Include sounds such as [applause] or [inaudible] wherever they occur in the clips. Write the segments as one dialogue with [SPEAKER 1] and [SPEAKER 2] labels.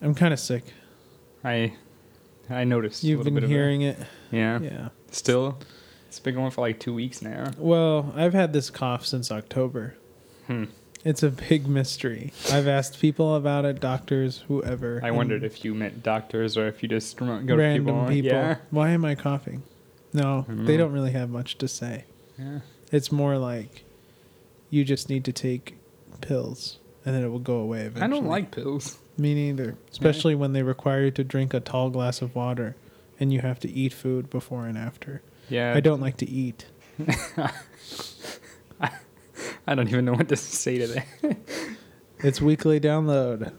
[SPEAKER 1] I'm kind of sick.
[SPEAKER 2] I I noticed. a
[SPEAKER 1] You've
[SPEAKER 2] little
[SPEAKER 1] been
[SPEAKER 2] bit
[SPEAKER 1] hearing it.
[SPEAKER 2] Of it. Yeah.
[SPEAKER 1] Yeah.
[SPEAKER 2] Still, it's been going for like two weeks now.
[SPEAKER 1] Well, I've had this cough since October.
[SPEAKER 2] Hmm.
[SPEAKER 1] It's a big mystery. I've asked people about it, doctors, whoever.
[SPEAKER 2] I
[SPEAKER 1] and
[SPEAKER 2] wondered if you meant doctors or if you just r- go to people.
[SPEAKER 1] random
[SPEAKER 2] and-
[SPEAKER 1] people.
[SPEAKER 2] Yeah. Mm-hmm.
[SPEAKER 1] Why am I coughing? No,
[SPEAKER 2] don't
[SPEAKER 1] they
[SPEAKER 2] know.
[SPEAKER 1] don't really have much to say.
[SPEAKER 2] yeah.
[SPEAKER 1] It's more like you just need to take pills and then it will go away eventually.
[SPEAKER 2] I don't like pills.
[SPEAKER 1] Me neither. Especially when they require you to drink a tall glass of water and you have to eat food before and after.
[SPEAKER 2] Yeah.
[SPEAKER 1] I don't like to eat.
[SPEAKER 2] I don't even know what to [laughs] say to that.
[SPEAKER 1] It's weekly download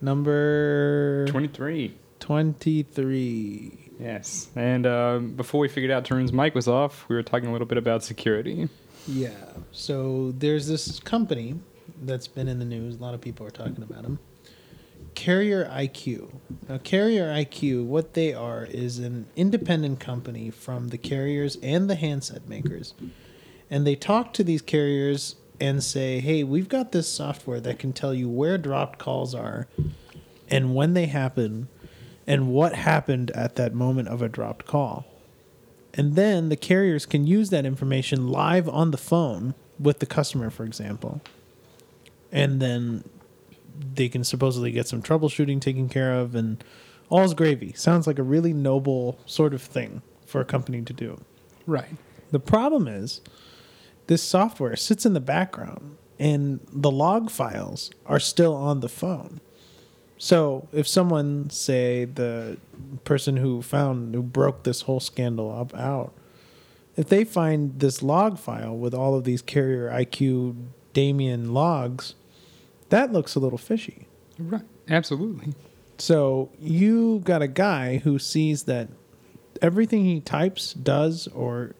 [SPEAKER 1] number
[SPEAKER 2] 23.
[SPEAKER 1] 23.
[SPEAKER 2] Yes. And um, before we figured out Tarun's mic was off, we were talking a little bit about security.
[SPEAKER 1] Yeah. So there's this company that's been in the news. A lot of people are talking about them. Carrier IQ. Now, Carrier IQ, what they are is an independent company from the carriers and the handset makers. And they talk to these carriers and say, hey, we've got this software that can tell you where dropped calls are and when they happen and what happened at that moment of a dropped call. And then the carriers can use that information live on the phone with the customer, for example. And then they can supposedly get some troubleshooting taken care of, and all's gravy. Sounds like a really noble sort of thing for a company to do.
[SPEAKER 2] Right.
[SPEAKER 1] The problem is this software sits in the background and the log files are still on the phone. So if someone, say the person who found who broke this whole scandal up out, if they find this log file with all of these carrier IQ Damien logs, that looks a little fishy.
[SPEAKER 2] Right. Absolutely.
[SPEAKER 1] So you got a guy who sees that everything he types, does, or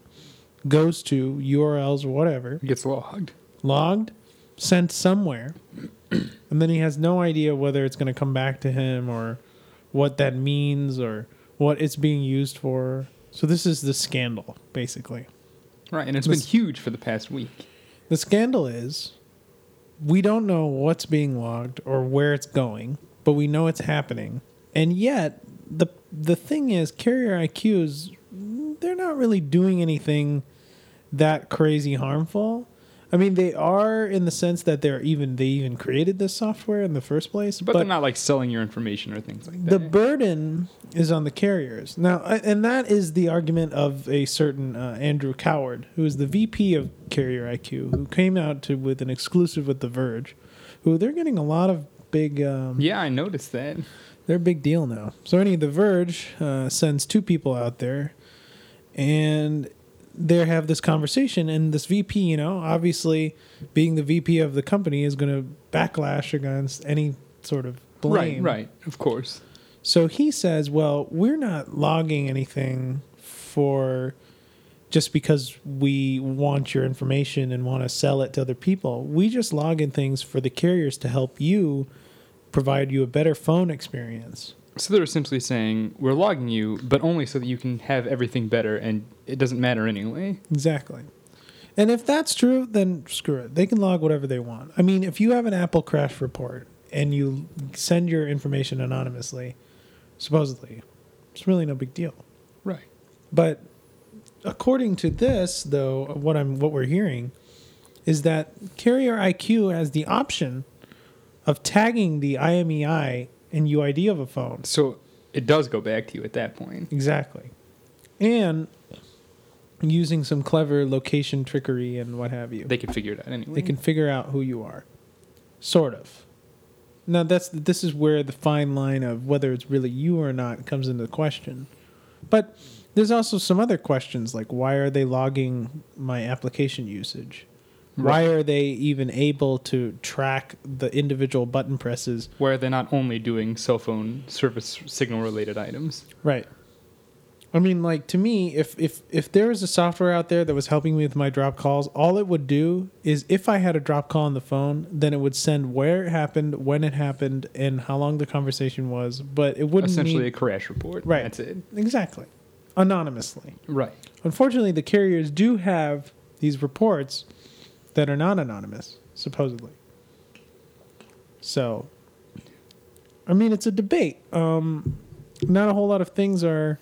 [SPEAKER 1] goes to URLs or whatever,
[SPEAKER 2] It gets logged.
[SPEAKER 1] logged, sent somewhere, [clears throat] and then he has no idea whether it's going to come back to him or what that means or what it's being used for. So this is the scandal, basically.
[SPEAKER 2] Right. And it's
[SPEAKER 1] This-
[SPEAKER 2] been huge for the past week.
[SPEAKER 1] The scandal is we don't know what's being logged or where it's going, but we know it's happening. And yet, the the thing is carrier IQs they're not really doing anything that crazy harmful. I mean, they are in the sense that they're even they even created this software in the first place,
[SPEAKER 2] But, they're not like selling your information or things like
[SPEAKER 1] the
[SPEAKER 2] that.
[SPEAKER 1] burden is on the carriers now I- and that is the argument of a certain uh, andrew coward who is the vp of carrier iq who came out to, with an exclusive with the verge who they're getting a lot of big um,
[SPEAKER 2] yeah, I noticed that.
[SPEAKER 1] they're a big deal now so any the verge uh, sends two people out there and they have this conversation and this vp you know obviously being the vp of the company is going to backlash against any sort of blame
[SPEAKER 2] Right, right. Of course.
[SPEAKER 1] so he says, well, we're not logging anything for just because we want your information and want to sell it to other people. We just log in things for the carriers to help you provide you a better phone experience.
[SPEAKER 2] So they're essentially saying we're logging you, but only so that you can have everything better, and it doesn't matter anyway.
[SPEAKER 1] Exactly. And if that's true, then screw it. They can log whatever they want. I mean, if you have an Apple crash report and you send your information anonymously, supposedly, it's really no big deal.
[SPEAKER 2] Right.
[SPEAKER 1] But according to this, though, what I'm what we're hearing is that Carrier IQ has the option of tagging the E IMEI and UID of a phone.
[SPEAKER 2] So it does go back to you at that point.
[SPEAKER 1] Exactly. And using some clever location trickery and what have you.
[SPEAKER 2] They can figure it out anyway.
[SPEAKER 1] They can figure out who you are. Sort of. Now that's this is where the fine line of whether it's really you or not comes into question. But there's also some other questions like why are they logging my application usage? Why are they even able to track the individual button presses?
[SPEAKER 2] where they're not only doing cell phone service signal related items.
[SPEAKER 1] Right. I mean, like to me, if if if there was a software out there that was helping me with my drop calls, all it would do is if I had a drop call on the phone, then it would send where it happened, when it happened, and how long the conversation was. But it wouldn't
[SPEAKER 2] Essentially,
[SPEAKER 1] need-
[SPEAKER 2] a crash report.
[SPEAKER 1] Right.
[SPEAKER 2] That's it.
[SPEAKER 1] exactly anonymously.
[SPEAKER 2] Right.
[SPEAKER 1] Unfortunately, the carriers do have these reports that are not anonymous, supposedly. So I mean, it's a debate. Um, not a whole lot of things are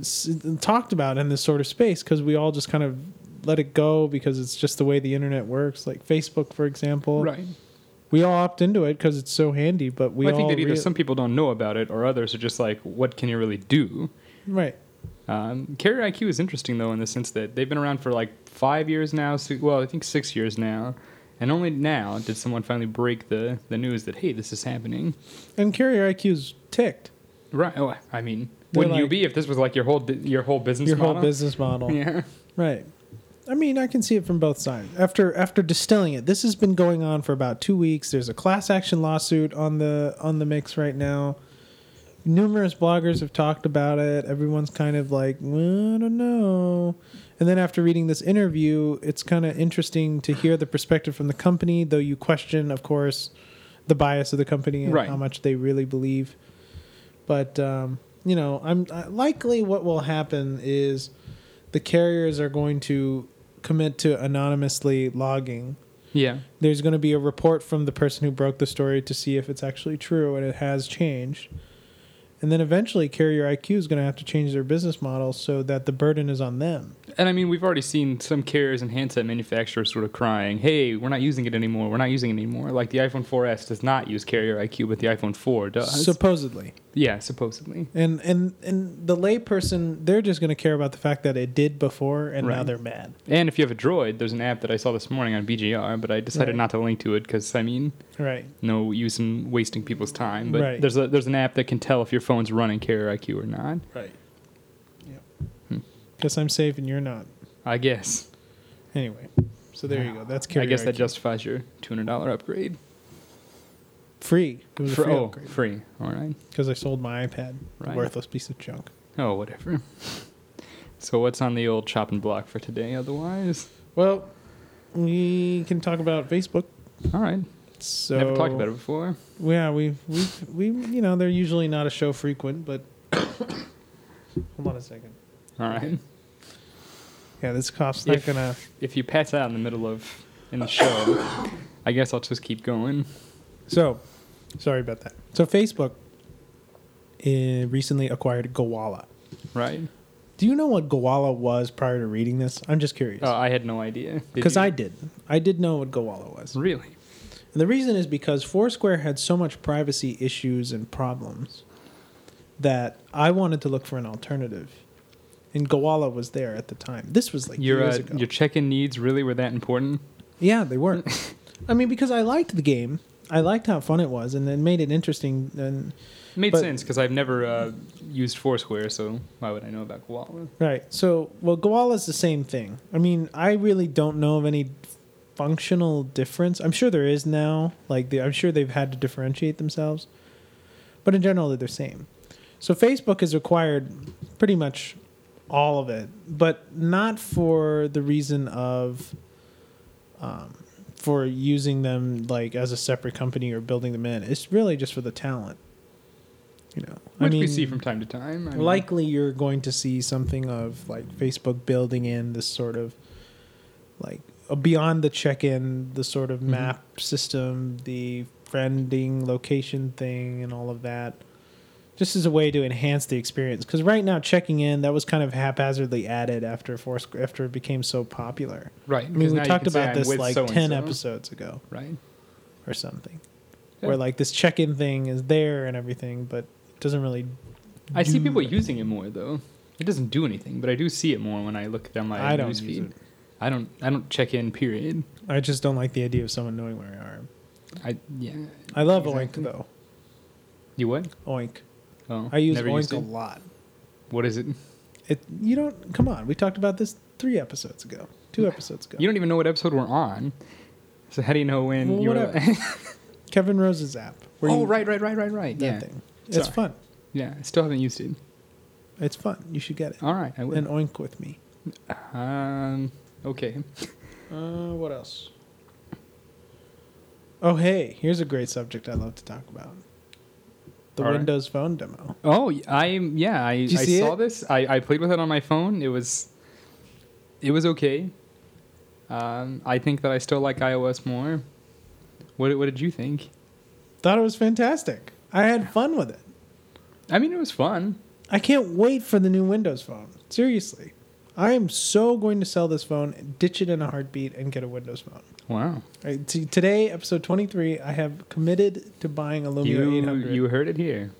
[SPEAKER 1] s- talked about in this sort of space because we all just kind of let it go because it's just the way the internet works. Like Facebook, for example,
[SPEAKER 2] Right.
[SPEAKER 1] we all opt into it because it's so handy. But we
[SPEAKER 2] Well, I think
[SPEAKER 1] all
[SPEAKER 2] that either
[SPEAKER 1] rea-
[SPEAKER 2] some people don't know about it, or others are just like, "What can you really do?"
[SPEAKER 1] right.
[SPEAKER 2] Um, Carrier IQ is interesting though in the sense that they've been around for like five years now. si well, I think six years now, and only now did someone finally break the the news that hey, this is happening.
[SPEAKER 1] And carrier IQ's ticked.
[SPEAKER 2] Right. Oh, I mean,
[SPEAKER 1] They're
[SPEAKER 2] wouldn't you
[SPEAKER 1] like-
[SPEAKER 2] be if this was like your whole di- your whole business
[SPEAKER 1] Your
[SPEAKER 2] model?
[SPEAKER 1] whole business model.
[SPEAKER 2] Yeah.
[SPEAKER 1] Right. I mean, I can see it from both sides. After after distilling it, this has been going on for about two weeks. There's a class action lawsuit on the on the mix right now. Numerous bloggers have talked about it. Everyone's kind of like, "Well, I don't know. And then after reading this interview, it's kind of interesting to hear the perspective from the company, though you question, of course, the bias of the company and
[SPEAKER 2] Right.
[SPEAKER 1] how much they really believe. But um, you know, I'm uh, likely what will happen is the carriers are going to commit to anonymously logging.
[SPEAKER 2] Yeah.
[SPEAKER 1] There's going to be a report from the person who broke the story to see if it's actually true and it has changed. And then eventually, Carrier IQ is going to have to change their business model so that the burden is on them.
[SPEAKER 2] And I mean, we've already seen some carriers and handset manufacturers sort of crying, "Hey, we're not using it anymore. We're not using it anymore." Like the iPhone 4S does not use Carrier IQ, but the iPhone 4 does.
[SPEAKER 1] Supposedly.
[SPEAKER 2] yeah, supposedly.
[SPEAKER 1] And and and the layperson, they're just going to care about the fact that it did before, and now
[SPEAKER 2] Right.
[SPEAKER 1] they're mad.
[SPEAKER 2] And if you have a Droid, there's an app that I saw this morning on BGR, but I decided
[SPEAKER 1] Right.
[SPEAKER 2] not to link to it because I mean,
[SPEAKER 1] Right.
[SPEAKER 2] no use in wasting people's time. But
[SPEAKER 1] Right.
[SPEAKER 2] there's a there's an app that can tell if your phone's running Carrier IQ or not.
[SPEAKER 1] Right. Yep.
[SPEAKER 2] Hmm.
[SPEAKER 1] Guess I'm safe and you're not.
[SPEAKER 2] I guess.
[SPEAKER 1] Anyway, so there you go. That's
[SPEAKER 2] I
[SPEAKER 1] carrier.
[SPEAKER 2] guess that
[SPEAKER 1] IQ.
[SPEAKER 2] justifies your two hundred dollar upgrade.
[SPEAKER 1] free. It was
[SPEAKER 2] Fr-
[SPEAKER 1] a free
[SPEAKER 2] oh,
[SPEAKER 1] upgrade
[SPEAKER 2] free. All right.
[SPEAKER 1] because I sold my iPad.
[SPEAKER 2] Right.
[SPEAKER 1] Worthless piece of junk.
[SPEAKER 2] Oh, whatever. [laughs] So what's on the old chopping block for today? Otherwise,
[SPEAKER 1] Well, we can talk about Facebook.
[SPEAKER 2] all right.
[SPEAKER 1] So
[SPEAKER 2] Never talked about it before.
[SPEAKER 1] Yeah, we we we you know they're usually not a show frequent, but [coughs] hold on a second.
[SPEAKER 2] All right.
[SPEAKER 1] Yeah, this cough's not
[SPEAKER 2] If-
[SPEAKER 1] gonna.
[SPEAKER 2] If you pass out in the middle of in the show, I guess I'll just keep going.
[SPEAKER 1] So, sorry about that. So Facebook eh, recently acquired Gowalla.
[SPEAKER 2] Right.
[SPEAKER 1] Do you know what Gowalla was prior to reading this? I'm just curious.
[SPEAKER 2] Oh, I had no idea. Did
[SPEAKER 1] Because
[SPEAKER 2] you?
[SPEAKER 1] I did. I did know what Gowalla was.
[SPEAKER 2] really.
[SPEAKER 1] And the reason is because Foursquare had so much privacy issues and problems that I wanted to look for an alternative. And Gowalla was there at the time. This was like
[SPEAKER 2] Your
[SPEAKER 1] years
[SPEAKER 2] uh,
[SPEAKER 1] ago.
[SPEAKER 2] your check-in needs really were that important.
[SPEAKER 1] Yeah, they were. I mean, because I liked the game. I liked how fun it was, and it made it interesting. And
[SPEAKER 2] Made
[SPEAKER 1] But-
[SPEAKER 2] sense because I've never uh, used Foursquare, so why would I know about Koala?
[SPEAKER 1] right, so well, Gowalla's the same thing. I mean, I really don't know of any functional difference. I'm sure there is now. Like, they, I'm sure they've had to differentiate themselves, but in general, they're the same. So Facebook has acquired pretty much all of it, but not for the reason of um, for using them like as a separate company or building them in. It's really just for the talent. You know,
[SPEAKER 2] Which we see from time to time. I mean,
[SPEAKER 1] likely you're going to see something of like Facebook building in this sort of like a beyond the check-in, the sort of
[SPEAKER 2] Mhm.
[SPEAKER 1] map system, the friending location thing, and all of that. Just as a way to enhance the experience, because right now checking in that was kind of haphazardly added after Foursqu after it became so popular.
[SPEAKER 2] right.
[SPEAKER 1] I
[SPEAKER 2] 'cause
[SPEAKER 1] mean, we
[SPEAKER 2] now you
[SPEAKER 1] talked
[SPEAKER 2] can say,
[SPEAKER 1] about
[SPEAKER 2] "I'm
[SPEAKER 1] this
[SPEAKER 2] with
[SPEAKER 1] like
[SPEAKER 2] so-and-so,"
[SPEAKER 1] ten episodes ago
[SPEAKER 2] Right.
[SPEAKER 1] or something,
[SPEAKER 2] Yeah.
[SPEAKER 1] where like this check-in thing is there and everything, but it doesn't really.
[SPEAKER 2] I see
[SPEAKER 1] do
[SPEAKER 2] people
[SPEAKER 1] anything.
[SPEAKER 2] using it more though. It doesn't do anything, but I do see it more when I look down my
[SPEAKER 1] I don't
[SPEAKER 2] news
[SPEAKER 1] use
[SPEAKER 2] feed.
[SPEAKER 1] it.
[SPEAKER 2] I don't. I don't check in. Period.
[SPEAKER 1] I just don't like the idea of someone knowing where I am.
[SPEAKER 2] I yeah.
[SPEAKER 1] I love
[SPEAKER 2] Exactly.
[SPEAKER 1] Oink though.
[SPEAKER 2] You what?
[SPEAKER 1] Oink.
[SPEAKER 2] Oh,
[SPEAKER 1] I use
[SPEAKER 2] never
[SPEAKER 1] Oink
[SPEAKER 2] used
[SPEAKER 1] a
[SPEAKER 2] it.
[SPEAKER 1] lot.
[SPEAKER 2] What is it?
[SPEAKER 1] It you don't come on. We talked about this three episodes ago, two episodes ago.
[SPEAKER 2] You don't even know what episode we're on. So how do you know when
[SPEAKER 1] Well,
[SPEAKER 2] you're? [laughs]
[SPEAKER 1] whatever. Kevin Rose's app.
[SPEAKER 2] oh
[SPEAKER 1] you-
[SPEAKER 2] right, right, right, right, right.
[SPEAKER 1] That
[SPEAKER 2] Yeah,
[SPEAKER 1] thing. It's
[SPEAKER 2] Sorry.
[SPEAKER 1] fun.
[SPEAKER 2] yeah. I still haven't used it.
[SPEAKER 1] It's fun. You should get it.
[SPEAKER 2] All right, I will.
[SPEAKER 1] And oink with me.
[SPEAKER 2] Um. Okay.
[SPEAKER 1] Uh, what else? Oh hey, here's a great subject I love to talk about. The
[SPEAKER 2] All right.
[SPEAKER 1] Windows Phone demo.
[SPEAKER 2] Oh, y- I yeah, I,
[SPEAKER 1] you
[SPEAKER 2] I
[SPEAKER 1] see
[SPEAKER 2] saw
[SPEAKER 1] it?
[SPEAKER 2] this. I, I played with it on my phone. It was it was okay. Um, I think that I still like iOS more. What what did you think?
[SPEAKER 1] Thought it was fantastic. I had fun with it.
[SPEAKER 2] I mean, it was fun.
[SPEAKER 1] I can't wait for the new Windows phone. Seriously. I am so going to sell this phone, ditch it in a heartbeat, and get a Windows phone.
[SPEAKER 2] Wow.
[SPEAKER 1] All right, t- today, episode 23, I have committed to buying a Lumia
[SPEAKER 2] You,
[SPEAKER 1] 800.
[SPEAKER 2] you heard it here.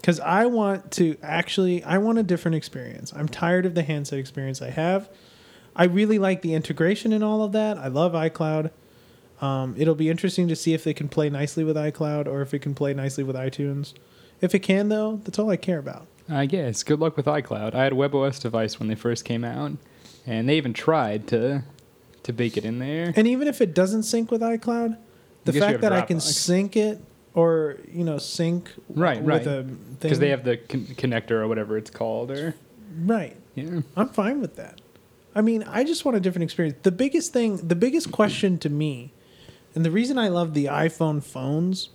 [SPEAKER 1] because I want to actually I want a different experience. I'm tired of the handset experience I have. I really like the integration and all of that. I love iCloud. Um, it'll be interesting to see if they can play nicely with iCloud or if it can play nicely with iTunes. If it can, though, that's all I care about.
[SPEAKER 2] I guess. Good luck with iCloud. I had a WebOS device when they first came out, and they even tried to to bake it in there.
[SPEAKER 1] And even if it doesn't sync with iCloud, the
[SPEAKER 2] guess you
[SPEAKER 1] fact
[SPEAKER 2] have
[SPEAKER 1] that I can
[SPEAKER 2] Dropbox.
[SPEAKER 1] sync it or you know sync
[SPEAKER 2] Right,
[SPEAKER 1] with
[SPEAKER 2] right.
[SPEAKER 1] a
[SPEAKER 2] Because
[SPEAKER 1] thing
[SPEAKER 2] they have the con- connector or whatever it's called, or
[SPEAKER 1] right.
[SPEAKER 2] yeah.
[SPEAKER 1] I'm fine with that. I mean, I just want a different experience. The biggest thing, the biggest question to me, and the reason I love the iPhone phones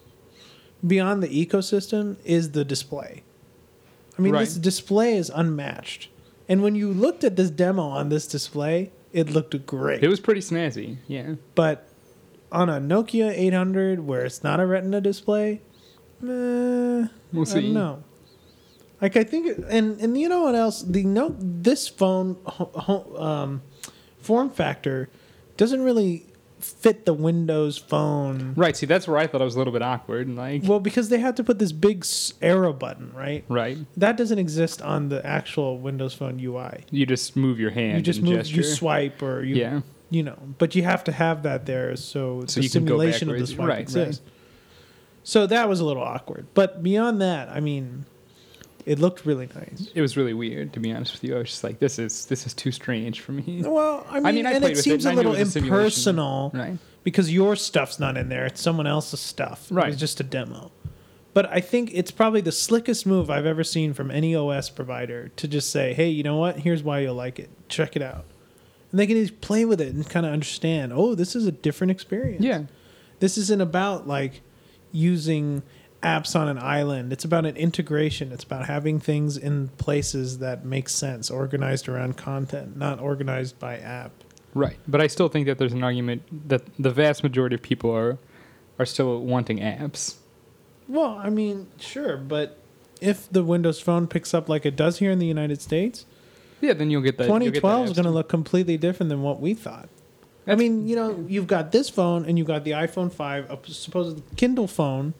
[SPEAKER 1] beyond the ecosystem is the display. I mean, this
[SPEAKER 2] Right.
[SPEAKER 1] display is unmatched. And when you looked at this demo on this display, it looked great.
[SPEAKER 2] It was pretty snazzy. Yeah.
[SPEAKER 1] but on a Nokia 800 where it's not a Retina display, eh,
[SPEAKER 2] We'll
[SPEAKER 1] I
[SPEAKER 2] see.
[SPEAKER 1] don't know. Like I think, it- and and you know what else? The no, this phone ho- ho- um, form factor doesn't really fit the Windows phone.
[SPEAKER 2] Right. See, that's where I thought I was a little bit awkward. and Like,
[SPEAKER 1] Well, because they had to put this big s- arrow button, right?
[SPEAKER 2] right.
[SPEAKER 1] That doesn't exist on the actual Windows Phone UI.
[SPEAKER 2] You just move your hand.
[SPEAKER 1] you just
[SPEAKER 2] and
[SPEAKER 1] move,
[SPEAKER 2] gesture.
[SPEAKER 1] you swipe, or you
[SPEAKER 2] yeah.
[SPEAKER 1] you know, but you have to have that there so,
[SPEAKER 2] So
[SPEAKER 1] the
[SPEAKER 2] you can go
[SPEAKER 1] simulation of the
[SPEAKER 2] backwards.
[SPEAKER 1] swipe
[SPEAKER 2] Right, right.
[SPEAKER 1] exists. So that was a little awkward, but beyond that, I mean, it looked really nice.
[SPEAKER 2] It was really weird, to be honest with you. I was just like, this is this is too strange for me.
[SPEAKER 1] Well, I mean,
[SPEAKER 2] mean, I
[SPEAKER 1] and
[SPEAKER 2] played
[SPEAKER 1] it
[SPEAKER 2] with it,
[SPEAKER 1] seems
[SPEAKER 2] and
[SPEAKER 1] a
[SPEAKER 2] I knew
[SPEAKER 1] little
[SPEAKER 2] it was a simulation.
[SPEAKER 1] impersonal
[SPEAKER 2] Right.
[SPEAKER 1] because your stuff's not in there; it's someone else's stuff.
[SPEAKER 2] Right.
[SPEAKER 1] It was just a demo. But I think it's probably the slickest move I've ever seen from any OS provider to just say, "Hey, you know what? Here's why you'll like it. Check it out." And they can just play with it and kind of understand. Oh, this is a different experience.
[SPEAKER 2] Yeah.
[SPEAKER 1] This isn't about like using apps on an island. It's about an integration. It's about having things in places that make sense, organized around content, not organized by app.
[SPEAKER 2] Right. But I still think that there's an argument that the vast majority of people are are still wanting apps.
[SPEAKER 1] Well, I mean, sure, but if the Windows phone picks up like it does here in the United States,
[SPEAKER 2] Yeah. Then you'll get the you'll get the
[SPEAKER 1] 2012 is
[SPEAKER 2] apps.
[SPEAKER 1] going to look completely different than what we thought. I
[SPEAKER 2] That's-
[SPEAKER 1] mean, you know, you've got this phone and you've got the iPhone 5, a supposed Kindle phone.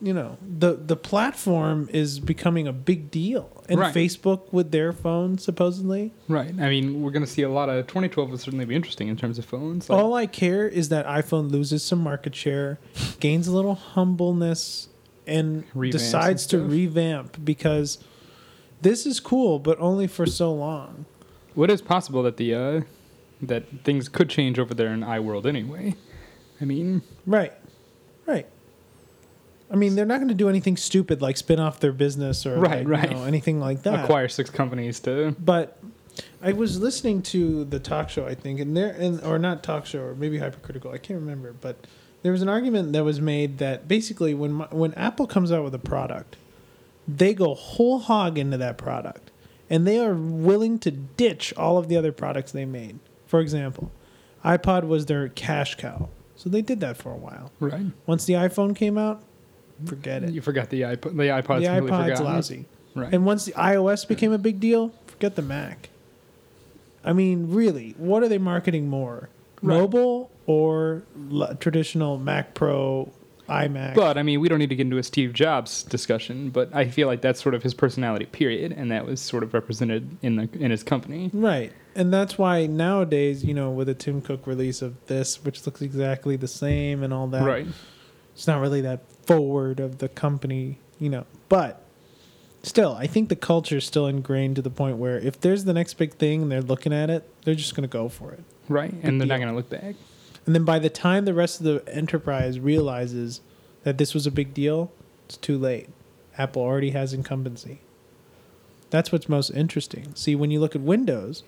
[SPEAKER 1] You know, the the platform is becoming a big deal. And
[SPEAKER 2] Right.
[SPEAKER 1] Facebook with their phone supposedly.
[SPEAKER 2] Right. I mean, we're going to see a lot of 2012 will certainly be interesting in terms of phones. Like,
[SPEAKER 1] All I care is that iPhone loses some market share, gains a little humbleness, and
[SPEAKER 2] Revamps and
[SPEAKER 1] decides to
[SPEAKER 2] stuff.
[SPEAKER 1] revamp because this is cool, but only for so long.
[SPEAKER 2] what is possible that the uh, that things could change over there in iWorld anyway? I mean,
[SPEAKER 1] Right. Right. I mean, they're not going to do anything stupid like spin off their business or
[SPEAKER 2] Right,
[SPEAKER 1] like,
[SPEAKER 2] right.
[SPEAKER 1] You know, anything like that.
[SPEAKER 2] acquire six companies to
[SPEAKER 1] But I was listening to the talk show, I think, and there, and or not talk show, or maybe hypercritical. I can't remember, but there was an argument that was made that basically, when my, when Apple comes out with a product, they go whole hog into that product, and they are willing to ditch all of the other products they made. For example, iPod was their cash cow, so they did that for a while.
[SPEAKER 2] right.
[SPEAKER 1] Once the iPhone came out, forget it.
[SPEAKER 2] You forgot the iPod. The iPod's
[SPEAKER 1] the
[SPEAKER 2] completely
[SPEAKER 1] iPod's
[SPEAKER 2] forgotten.
[SPEAKER 1] lousy.
[SPEAKER 2] Right.
[SPEAKER 1] And once the iOS became a big deal, forget the Mac. I mean, really, what are they marketing more?
[SPEAKER 2] Right.
[SPEAKER 1] Mobile or l- traditional Mac Pro, iMac?
[SPEAKER 2] But I mean, we don't need to get into a Steve Jobs discussion, but I feel like that's sort of his personality, period, and that was sort of represented in the in his company.
[SPEAKER 1] right. And that's why nowadays, you know, with a Tim Cook release of this, which looks exactly the same and all that,
[SPEAKER 2] Right.
[SPEAKER 1] it's not really that forward of the company, you know. But still, I think the culture is still ingrained to the point where if there's the next big thing and they're looking at it, they're just going to go for it.
[SPEAKER 2] Right. And they're not
[SPEAKER 1] deal.
[SPEAKER 2] going to look back.
[SPEAKER 1] And then by the time the rest of the enterprise realizes that this was a big deal, it's too late. Apple already has incumbency. That's what's most interesting. See, when you look at Windows,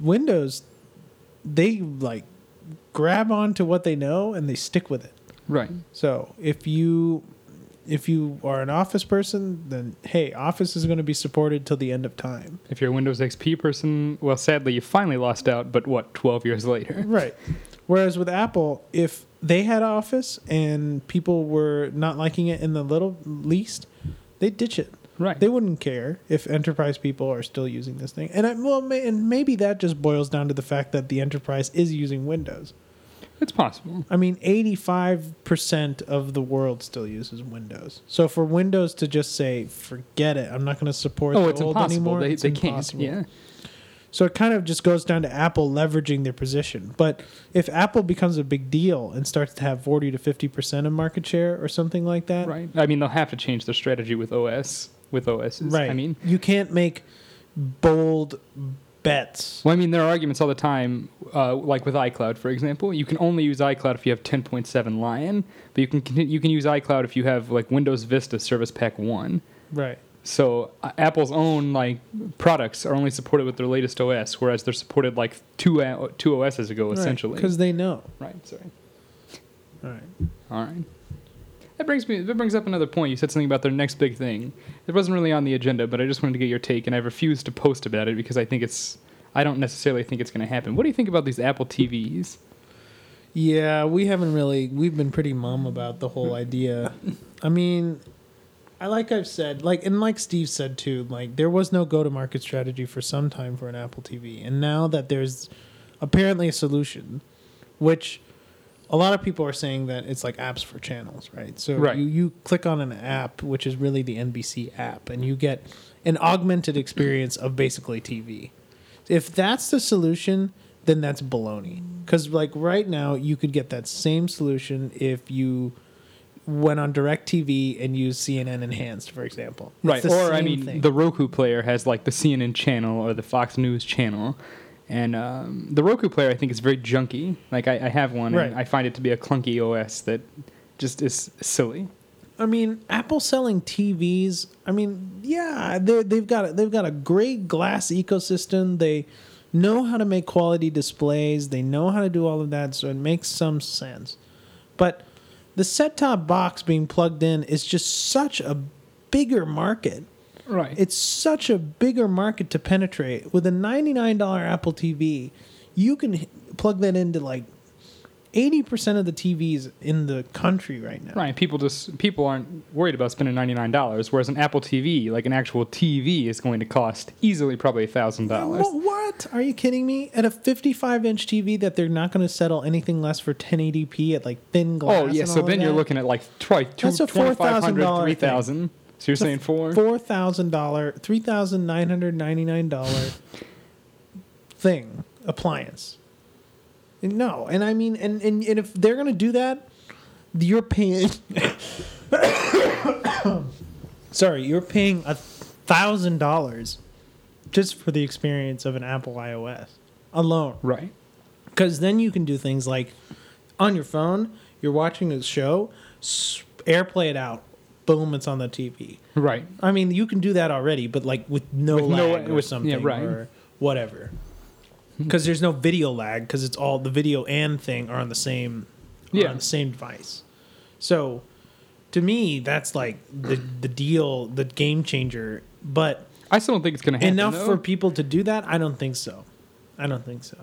[SPEAKER 1] Windows, they like grab onto what they know and they stick with it.
[SPEAKER 2] Right.
[SPEAKER 1] So if you if you are an office person, then hey, office is going to be supported till the end of time.
[SPEAKER 2] If you're a Windows XP person, well, sadly, you finally lost out, but what, 12 years later? [laughs]
[SPEAKER 1] Right. Whereas with Apple, if they had Office and people were not liking it in the little least, they ditch it.
[SPEAKER 2] Right.
[SPEAKER 1] They wouldn't care if enterprise people are still using this thing. And I, well, may, and maybe that just boils down to the fact that the enterprise is using Windows.
[SPEAKER 2] it's possible.
[SPEAKER 1] I mean, 85% of the world still uses Windows. So for Windows to just say, forget it, I'm not going to support
[SPEAKER 2] Oh,
[SPEAKER 1] the
[SPEAKER 2] it's
[SPEAKER 1] old
[SPEAKER 2] impossible.
[SPEAKER 1] anymore,
[SPEAKER 2] They,
[SPEAKER 1] it's
[SPEAKER 2] they can't.
[SPEAKER 1] impossible.
[SPEAKER 2] Yeah.
[SPEAKER 1] So it kind of just goes down to Apple leveraging their position. But if Apple becomes a big deal and starts to have 40 to 50% of market share or something like that,
[SPEAKER 2] Right. I mean, they'll have to change their strategy with OS. With OS.
[SPEAKER 1] right.
[SPEAKER 2] I mean,
[SPEAKER 1] you can't make bold bets.
[SPEAKER 2] well, I mean, there are arguments all the time, uh, like with iCloud, for example. You can only use iCloud if you have 10.7 Lion, but you can conti- you can use iCloud if you have like Windows Vista Service Pack One.
[SPEAKER 1] Right.
[SPEAKER 2] So uh, Apple's own like products are only supported with their latest OS, whereas they're supported like two o- two OSs ago essentially.
[SPEAKER 1] Because they know.
[SPEAKER 2] right. Sorry.
[SPEAKER 1] All right.
[SPEAKER 2] All right. That brings me. That brings up another point. You said something about their next big thing. It wasn't really on the agenda, but I just wanted to get your take, and I refused to post about it because I think it's. I don't necessarily think it's going to happen. What do you think about these Apple TVs?
[SPEAKER 1] Yeah, we haven't really. We've been pretty mum about the whole idea. I mean, I like I've said, like and like Steve said too. Like there was no go-to-market strategy for some time for an Apple TV, and now that there's apparently a solution, which a lot of people are saying that it's like apps for channels, right? So
[SPEAKER 2] Right.
[SPEAKER 1] you you click on an app, which is really the NBC app, and you get an augmented experience of basically TV. If that's the solution, then that's baloney. Because like right now, you could get that same solution if you went on DirecTV and used CNN Enhanced, for example. It's
[SPEAKER 2] right.
[SPEAKER 1] the
[SPEAKER 2] Or I
[SPEAKER 1] same
[SPEAKER 2] mean,
[SPEAKER 1] thing.
[SPEAKER 2] the Roku player has like the CNN channel or the Fox News channel, and um, the Roku player I think is very junky. Like I, I have one,
[SPEAKER 1] Right.
[SPEAKER 2] and I find it to be a clunky OS that just is silly.
[SPEAKER 1] I mean, Apple selling TVs. I mean, yeah, they they've got a, they've got a great glass ecosystem. They know how to make quality displays. They know how to do all of that, so it makes some sense. But the set-top box being plugged in is just such a bigger market.
[SPEAKER 2] Right.
[SPEAKER 1] It's such a bigger market to penetrate. With a $99 Apple TV, you can h- plug that into like 80% of the TVs in the country right now.
[SPEAKER 2] Right, people just people aren't worried about spending ninety nine dollars, whereas an Apple TV, like an actual TV, is going to cost easily probably thousand dollars.
[SPEAKER 1] What, what? Are you kidding me? At a 55 inch TV that they're not going to settle anything less for 1080p at like thin glass.
[SPEAKER 2] Oh yeah,
[SPEAKER 1] and
[SPEAKER 2] so
[SPEAKER 1] all
[SPEAKER 2] then
[SPEAKER 1] of
[SPEAKER 2] you're
[SPEAKER 1] that?
[SPEAKER 2] looking at like twice two
[SPEAKER 1] That's a
[SPEAKER 2] twenty five hundred
[SPEAKER 1] $4,000
[SPEAKER 2] three thousand. So you're saying four?
[SPEAKER 1] four thousand dollar, three thousand nine hundred ninety nine dollar thing appliance. And no, and I mean, and and, and if they're gonna do that, you're paying. [coughs] sorry, you're paying a thousand dollars just for the experience of an Apple iOS alone
[SPEAKER 2] Right.
[SPEAKER 1] because then you can do things like on your phone you're watching a show s- airplay it out boom it's on the tv
[SPEAKER 2] Right.
[SPEAKER 1] i mean you can do that already but like with no
[SPEAKER 2] With no-
[SPEAKER 1] lag or
[SPEAKER 2] with- yeah,
[SPEAKER 1] something
[SPEAKER 2] right. Hmm.
[SPEAKER 1] or whatever because there's no video lag because it's all the video and thing are on the same are
[SPEAKER 2] Yeah.
[SPEAKER 1] on the same device so to me that's like the the deal the game changer but
[SPEAKER 2] I still don't think it's gonna happen.
[SPEAKER 1] enough
[SPEAKER 2] though.
[SPEAKER 1] for people to do that? I don't think so. I don't think so.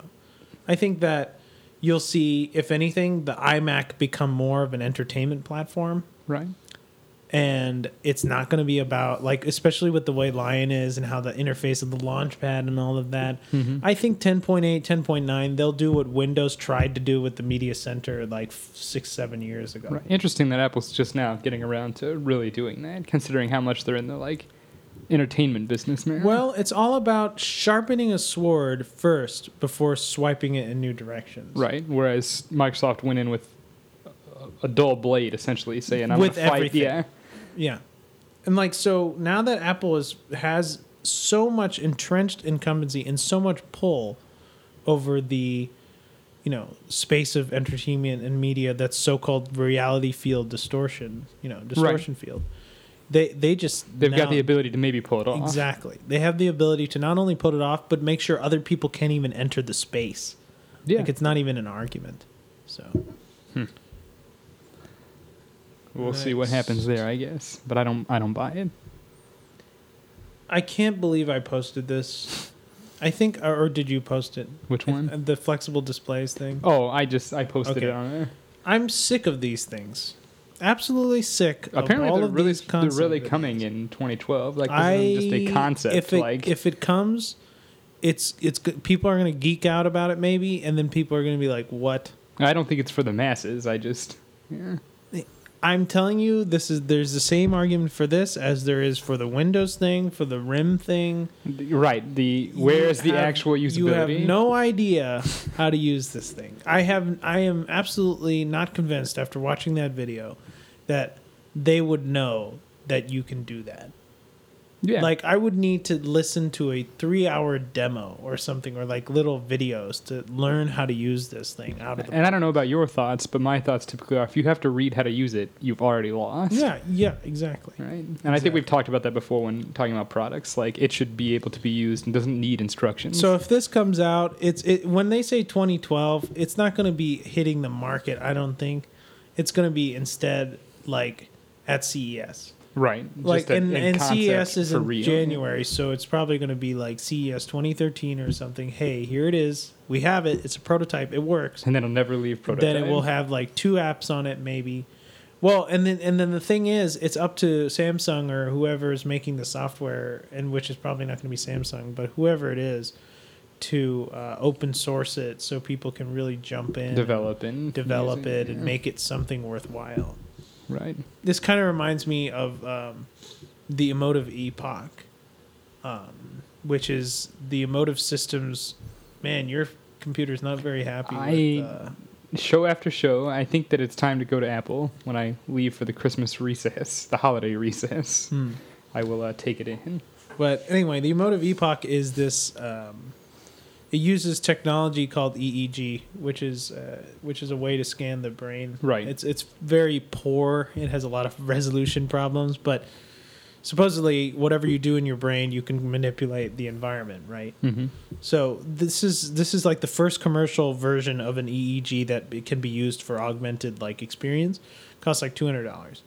[SPEAKER 1] I think that you'll see, if anything, the iMac become more of an entertainment platform.
[SPEAKER 2] right.
[SPEAKER 1] And it's not going to be about, like, especially with the way Lion is and how the interface of the Launchpad and all of that. I think 10.8, 10.9, they'll do what Windows tried to do with the Media Center like f- six, seven years ago.
[SPEAKER 2] Right. Interesting that Apple's just now getting around to really doing that, considering how much they're in the like entertainment business now.
[SPEAKER 1] Well, it's all about sharpening a sword first before swiping it in new directions.
[SPEAKER 2] Right. Whereas Microsoft went in with a- a dull blade, essentially, saying, "I'm
[SPEAKER 1] With
[SPEAKER 2] gonna fight."
[SPEAKER 1] everything.
[SPEAKER 2] Yeah.
[SPEAKER 1] Yeah. And like so now that Apple is has so much entrenched incumbency and so much pull over the you know space of entertainment and media that's so-called reality field distortion, you know, distortion field. They they just
[SPEAKER 2] They've got
[SPEAKER 1] now-
[SPEAKER 2] the uh-huh. ability to maybe pull it off.
[SPEAKER 1] Exactly. They have the ability to not only put it off but make sure other people can't even enter the space.
[SPEAKER 2] Yeah.
[SPEAKER 1] Like it's not even an argument. So
[SPEAKER 2] we'll see what happens there, I guess. But I don't I don't buy it.
[SPEAKER 1] I can't believe I posted this. I think, or, or did you post it?
[SPEAKER 2] Which
[SPEAKER 1] I-
[SPEAKER 2] one?
[SPEAKER 1] The flexible displays thing.
[SPEAKER 2] Oh, I just I
[SPEAKER 1] uh,
[SPEAKER 2] posted
[SPEAKER 1] Okay.
[SPEAKER 2] it on there.
[SPEAKER 1] I'm sick of these things. Absolutely sick.
[SPEAKER 2] Apparently,
[SPEAKER 1] of all
[SPEAKER 2] they're
[SPEAKER 1] of
[SPEAKER 2] really
[SPEAKER 1] these
[SPEAKER 2] they're really
[SPEAKER 1] concept
[SPEAKER 2] coming in 2012. Like this
[SPEAKER 1] I
[SPEAKER 2] isn't just a concept.
[SPEAKER 1] If it,
[SPEAKER 2] like
[SPEAKER 1] if it comes, it's it's go- people are going to geek out about it maybe, and then people are going to be like, "What?"
[SPEAKER 2] I don't think it's for the masses. I just yeah.
[SPEAKER 1] I'm telling you, this is there's the same argument for this as there is for the Windows thing, for the Rim thing.
[SPEAKER 2] You're right. The where
[SPEAKER 1] You
[SPEAKER 2] is the
[SPEAKER 1] have-
[SPEAKER 2] actual usability?
[SPEAKER 1] You have no idea how to use this thing. I have. I am absolutely not convinced after watching that video that they would know that you can do that.
[SPEAKER 2] yeah.
[SPEAKER 1] Like I would need to listen to a three-hour demo or something, or like little videos to learn how to use this thing out of the.
[SPEAKER 2] And I don't know about your thoughts, but my thoughts typically are if you have to read how to use it, you've already lost.
[SPEAKER 1] yeah. Yeah. Exactly.
[SPEAKER 2] Right. And I think we've talked about that before when talking about products. Like it should be able to be used and doesn't need instructions.
[SPEAKER 1] So if this comes out, it's it, when they say 2012, it's not going to be hitting the market. I don't think it's going to be instead like at CES.
[SPEAKER 2] right.
[SPEAKER 1] Like
[SPEAKER 2] Just a-
[SPEAKER 1] and,
[SPEAKER 2] a
[SPEAKER 1] and
[SPEAKER 2] concept
[SPEAKER 1] CES is
[SPEAKER 2] for
[SPEAKER 1] in
[SPEAKER 2] real.
[SPEAKER 1] January, so it's probably going to be like E CES 2013 or something. Hey, here it is. We have it. It's a prototype. It works.
[SPEAKER 2] And then it'll never leave prototype.
[SPEAKER 1] Then it will have like two apps on it, maybe. Well, and then and then the thing is, it's up to Samsung or whoever is making the software, and which is probably not going to be Samsung, but whoever it is, to uh, open source it so people can really jump in, and
[SPEAKER 2] develop and
[SPEAKER 1] develop
[SPEAKER 2] use
[SPEAKER 1] it, and
[SPEAKER 2] yeah.
[SPEAKER 1] make it something worthwhile.
[SPEAKER 2] right.
[SPEAKER 1] This kind of reminds me of um, the emotive epoch, um, which is the emotive systems. Man, your computer's not very happy.
[SPEAKER 2] I-
[SPEAKER 1] with, uh,
[SPEAKER 2] show after show, I think that it's time to go to Apple when I leave for the Christmas recess, the holiday recess.
[SPEAKER 1] hmm.
[SPEAKER 2] I will uh, take it in.
[SPEAKER 1] But anyway, the emotive epoch is this. Um, it uses technology called EEG, which is uh, which is a way to scan the brain.
[SPEAKER 2] Right.
[SPEAKER 1] It's it's very poor. It has a lot of [laughs] resolution problems, but supposedly whatever you do in your brain, you can manipulate the environment, right?
[SPEAKER 2] Mm-hmm.
[SPEAKER 1] So this is this is like the first commercial version of an EEG that be- can be used for augmented like experience. Costs like two hundred dollars.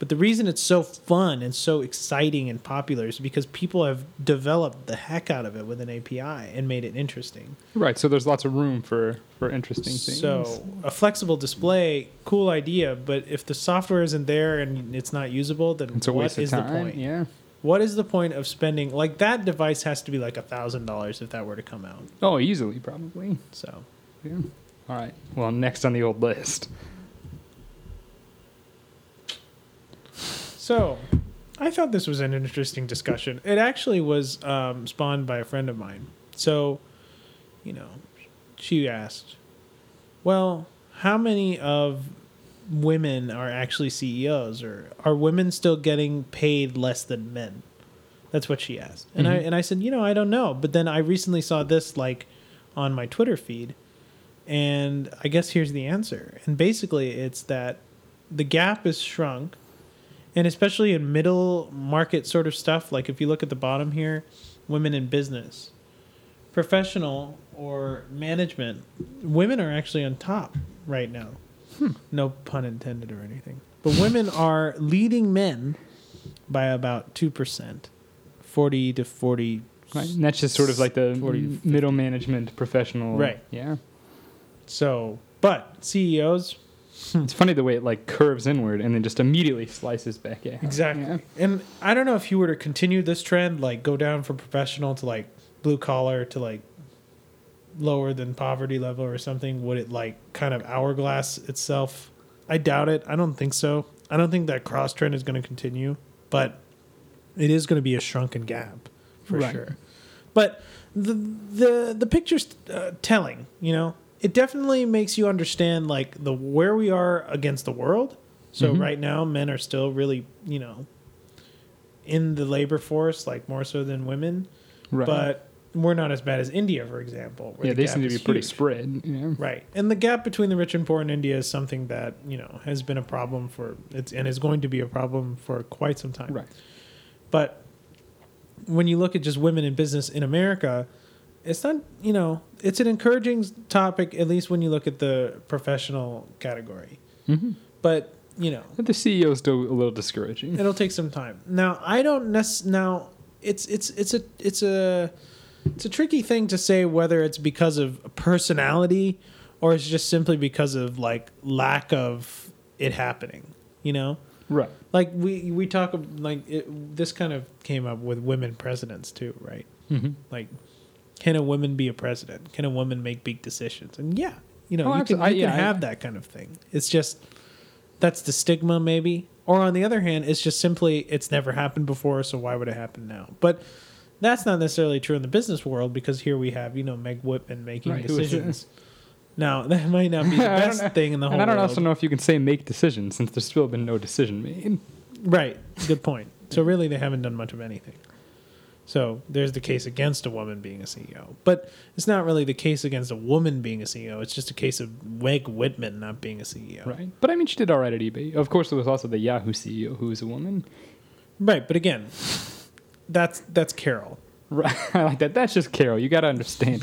[SPEAKER 1] But the reason it's so fun and so exciting and popular is because people have developed the heck out of it with an API and made it interesting.
[SPEAKER 2] Right. So there's lots of room for for interesting things.
[SPEAKER 1] So a flexible display, cool idea, but if the software isn't there and it's not usable, then
[SPEAKER 2] it's a
[SPEAKER 1] what
[SPEAKER 2] waste
[SPEAKER 1] is
[SPEAKER 2] of time.
[SPEAKER 1] the point?
[SPEAKER 2] Yeah.
[SPEAKER 1] What is the point of spending like that device has to be like a thousand dollars if that were to come out.
[SPEAKER 2] Oh, easily probably.
[SPEAKER 1] So
[SPEAKER 2] Yeah. All right. Well, next on the old list.
[SPEAKER 1] So, I thought this was an interesting discussion. It actually was um, spawned by a friend of mine. So, you know, she asked, "Well, how many of women are actually CEOs, or are women still getting paid less than men?" That's what she asked, and I
[SPEAKER 2] Mhm.
[SPEAKER 1] and I said, "You know, I don't know." But then I recently saw this like on my Twitter feed, and I guess here's the answer. And basically, it's that the gap is shrunk and especially in middle market sort of stuff like if you look at the bottom here women in business professional or management women are actually on top right now no pun intended or anything but women are leading men by about 2% 40 to 40
[SPEAKER 2] Right. And that's just sort of like the
[SPEAKER 1] 40 to
[SPEAKER 2] m- middle management professional.
[SPEAKER 1] Right.
[SPEAKER 2] Yeah.
[SPEAKER 1] so but E ceos
[SPEAKER 2] It's funny the way it like curves inward and then just immediately slices back out.
[SPEAKER 1] Exactly.
[SPEAKER 2] Yeah.
[SPEAKER 1] And I don't know if you were to continue this trend, like go down from professional to like blue collar to like lower than poverty level or something, would it like kind of hourglass itself? I doubt it. I don't think so. I don't think that cross trend is going to continue, but it is going to be a shrunken gap for
[SPEAKER 2] Right.
[SPEAKER 1] sure. But the the the picture's uh, telling, you know. It definitely makes you understand like the where we are against the world. So
[SPEAKER 2] Mhm.
[SPEAKER 1] right now men are still really, you know, in the labor force like more so than women,
[SPEAKER 2] Right.
[SPEAKER 1] but we're not as bad as India for example. where
[SPEAKER 2] yeah,
[SPEAKER 1] the
[SPEAKER 2] they
[SPEAKER 1] gap
[SPEAKER 2] seem to be
[SPEAKER 1] is
[SPEAKER 2] pretty
[SPEAKER 1] huge.
[SPEAKER 2] spread. Yeah.
[SPEAKER 1] Right. And the gap between the rich and poor in India is something that, you know, has been a problem for it's and is going to be a problem for quite some time.
[SPEAKER 2] Right.
[SPEAKER 1] But when you look at just women in business in America, it's not, you know, it's an encouraging topic, at least when you look at the professional category.
[SPEAKER 2] Mm-hmm.
[SPEAKER 1] But, you know,
[SPEAKER 2] But the CEO is still a little discouraging.
[SPEAKER 1] it'll take some time. Now, I don't nec- now it's it's it's a it's a it's a tricky thing to say whether it's because of personality or it's just simply because of like lack of it happening. You know,
[SPEAKER 2] Right.
[SPEAKER 1] like we we talk ab- like it, this kind of came up with women presidents too, right?
[SPEAKER 2] Mm-hmm.
[SPEAKER 1] Like, can a woman be a president? Can a woman make big decisions? And yeah, you know,
[SPEAKER 2] Oh,
[SPEAKER 1] you
[SPEAKER 2] abso- I-
[SPEAKER 1] can, you
[SPEAKER 2] yeah, I-
[SPEAKER 1] can have that kind of thing. It's just that's the stigma, maybe. Or on the other hand, it's just simply it's never happened before, so why would it happen now? But that's not necessarily true in the business world because here we have you know Meg Whitman making
[SPEAKER 2] Right, who is-
[SPEAKER 1] decisions. Now [laughs] that might not be the
[SPEAKER 2] [laughs] I don't
[SPEAKER 1] best
[SPEAKER 2] know.
[SPEAKER 1] thing in the whole
[SPEAKER 2] And I don't
[SPEAKER 1] world.
[SPEAKER 2] also know if you can say make decisions since there's still been no decision made.
[SPEAKER 1] Right. Good point. So really, they haven't done much of anything. So there's the case against a woman being a CEO, but it's not really the case against a woman being a CEO. It's just a case of Meg Whitman not being a E CEO.
[SPEAKER 2] Right. But I mean, she did all right at eBay. Of course, there was also the Yahoo CEO who was a woman. [laughs]
[SPEAKER 1] Right. But again, that's that's Carol.
[SPEAKER 2] Right. I like that. That's just Carol. You got to understand.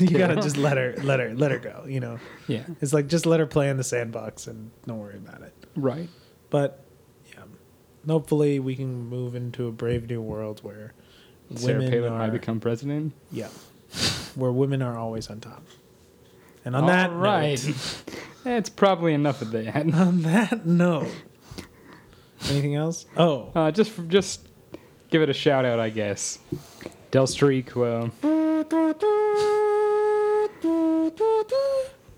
[SPEAKER 1] [laughs] You
[SPEAKER 2] Carol.
[SPEAKER 1] gotta just let her let her let her go. You know,
[SPEAKER 2] Yeah.
[SPEAKER 1] it's like just let her play in the sandbox and don't worry about it.
[SPEAKER 2] Right.
[SPEAKER 1] But yeah, hopefully we can move into a brave new world where
[SPEAKER 2] Sarah
[SPEAKER 1] women
[SPEAKER 2] Palin
[SPEAKER 1] are-
[SPEAKER 2] might become president.
[SPEAKER 1] Yeah. Where women are always on top. And on
[SPEAKER 2] All
[SPEAKER 1] that
[SPEAKER 2] right.
[SPEAKER 1] note,
[SPEAKER 2] [laughs] That's probably enough of that.
[SPEAKER 1] [laughs] on that note. Anything else? Oh,
[SPEAKER 2] Uh, just just give it a shout out, I guess. Del Streak, well,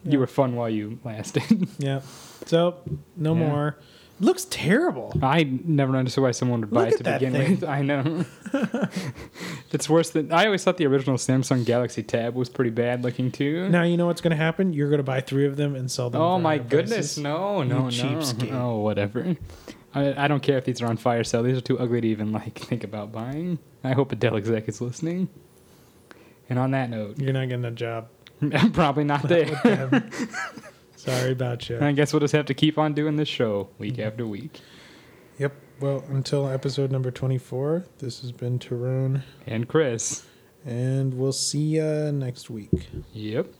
[SPEAKER 2] you were fun while you lasted. [laughs]
[SPEAKER 1] yeah. So, no
[SPEAKER 2] Yeah.
[SPEAKER 1] more. Looks terrible.
[SPEAKER 2] I never understood why someone would buy
[SPEAKER 1] Look
[SPEAKER 2] it
[SPEAKER 1] at
[SPEAKER 2] to
[SPEAKER 1] that
[SPEAKER 2] begin
[SPEAKER 1] thing.
[SPEAKER 2] with.
[SPEAKER 1] [laughs]
[SPEAKER 2] I know. it's worse than I always thought the original Samsung Galaxy Tab was pretty bad looking too.
[SPEAKER 1] Now you know what's going to happen. You're going to buy three of them and sell them.
[SPEAKER 2] oh
[SPEAKER 1] for
[SPEAKER 2] my
[SPEAKER 1] higher prices.
[SPEAKER 2] goodness, no, no,
[SPEAKER 1] cheapskate.
[SPEAKER 2] no. Oh, whatever. I, I don't care if these are on fire sale. These are too ugly to even like [laughs] think about buying. I hope a Dell exec is listening. And on that note, [laughs]
[SPEAKER 1] You're not getting a job.
[SPEAKER 2] probably not
[SPEAKER 1] [laughs]
[SPEAKER 2] there. [laughs]
[SPEAKER 1] Damn. Sorry about you.
[SPEAKER 2] I guess we'll just have to keep on doing this show week after week.
[SPEAKER 1] Yep. Well, until episode number 24, this has been Tarun,
[SPEAKER 2] And Chris.
[SPEAKER 1] and we'll see ya next week.
[SPEAKER 2] Yep.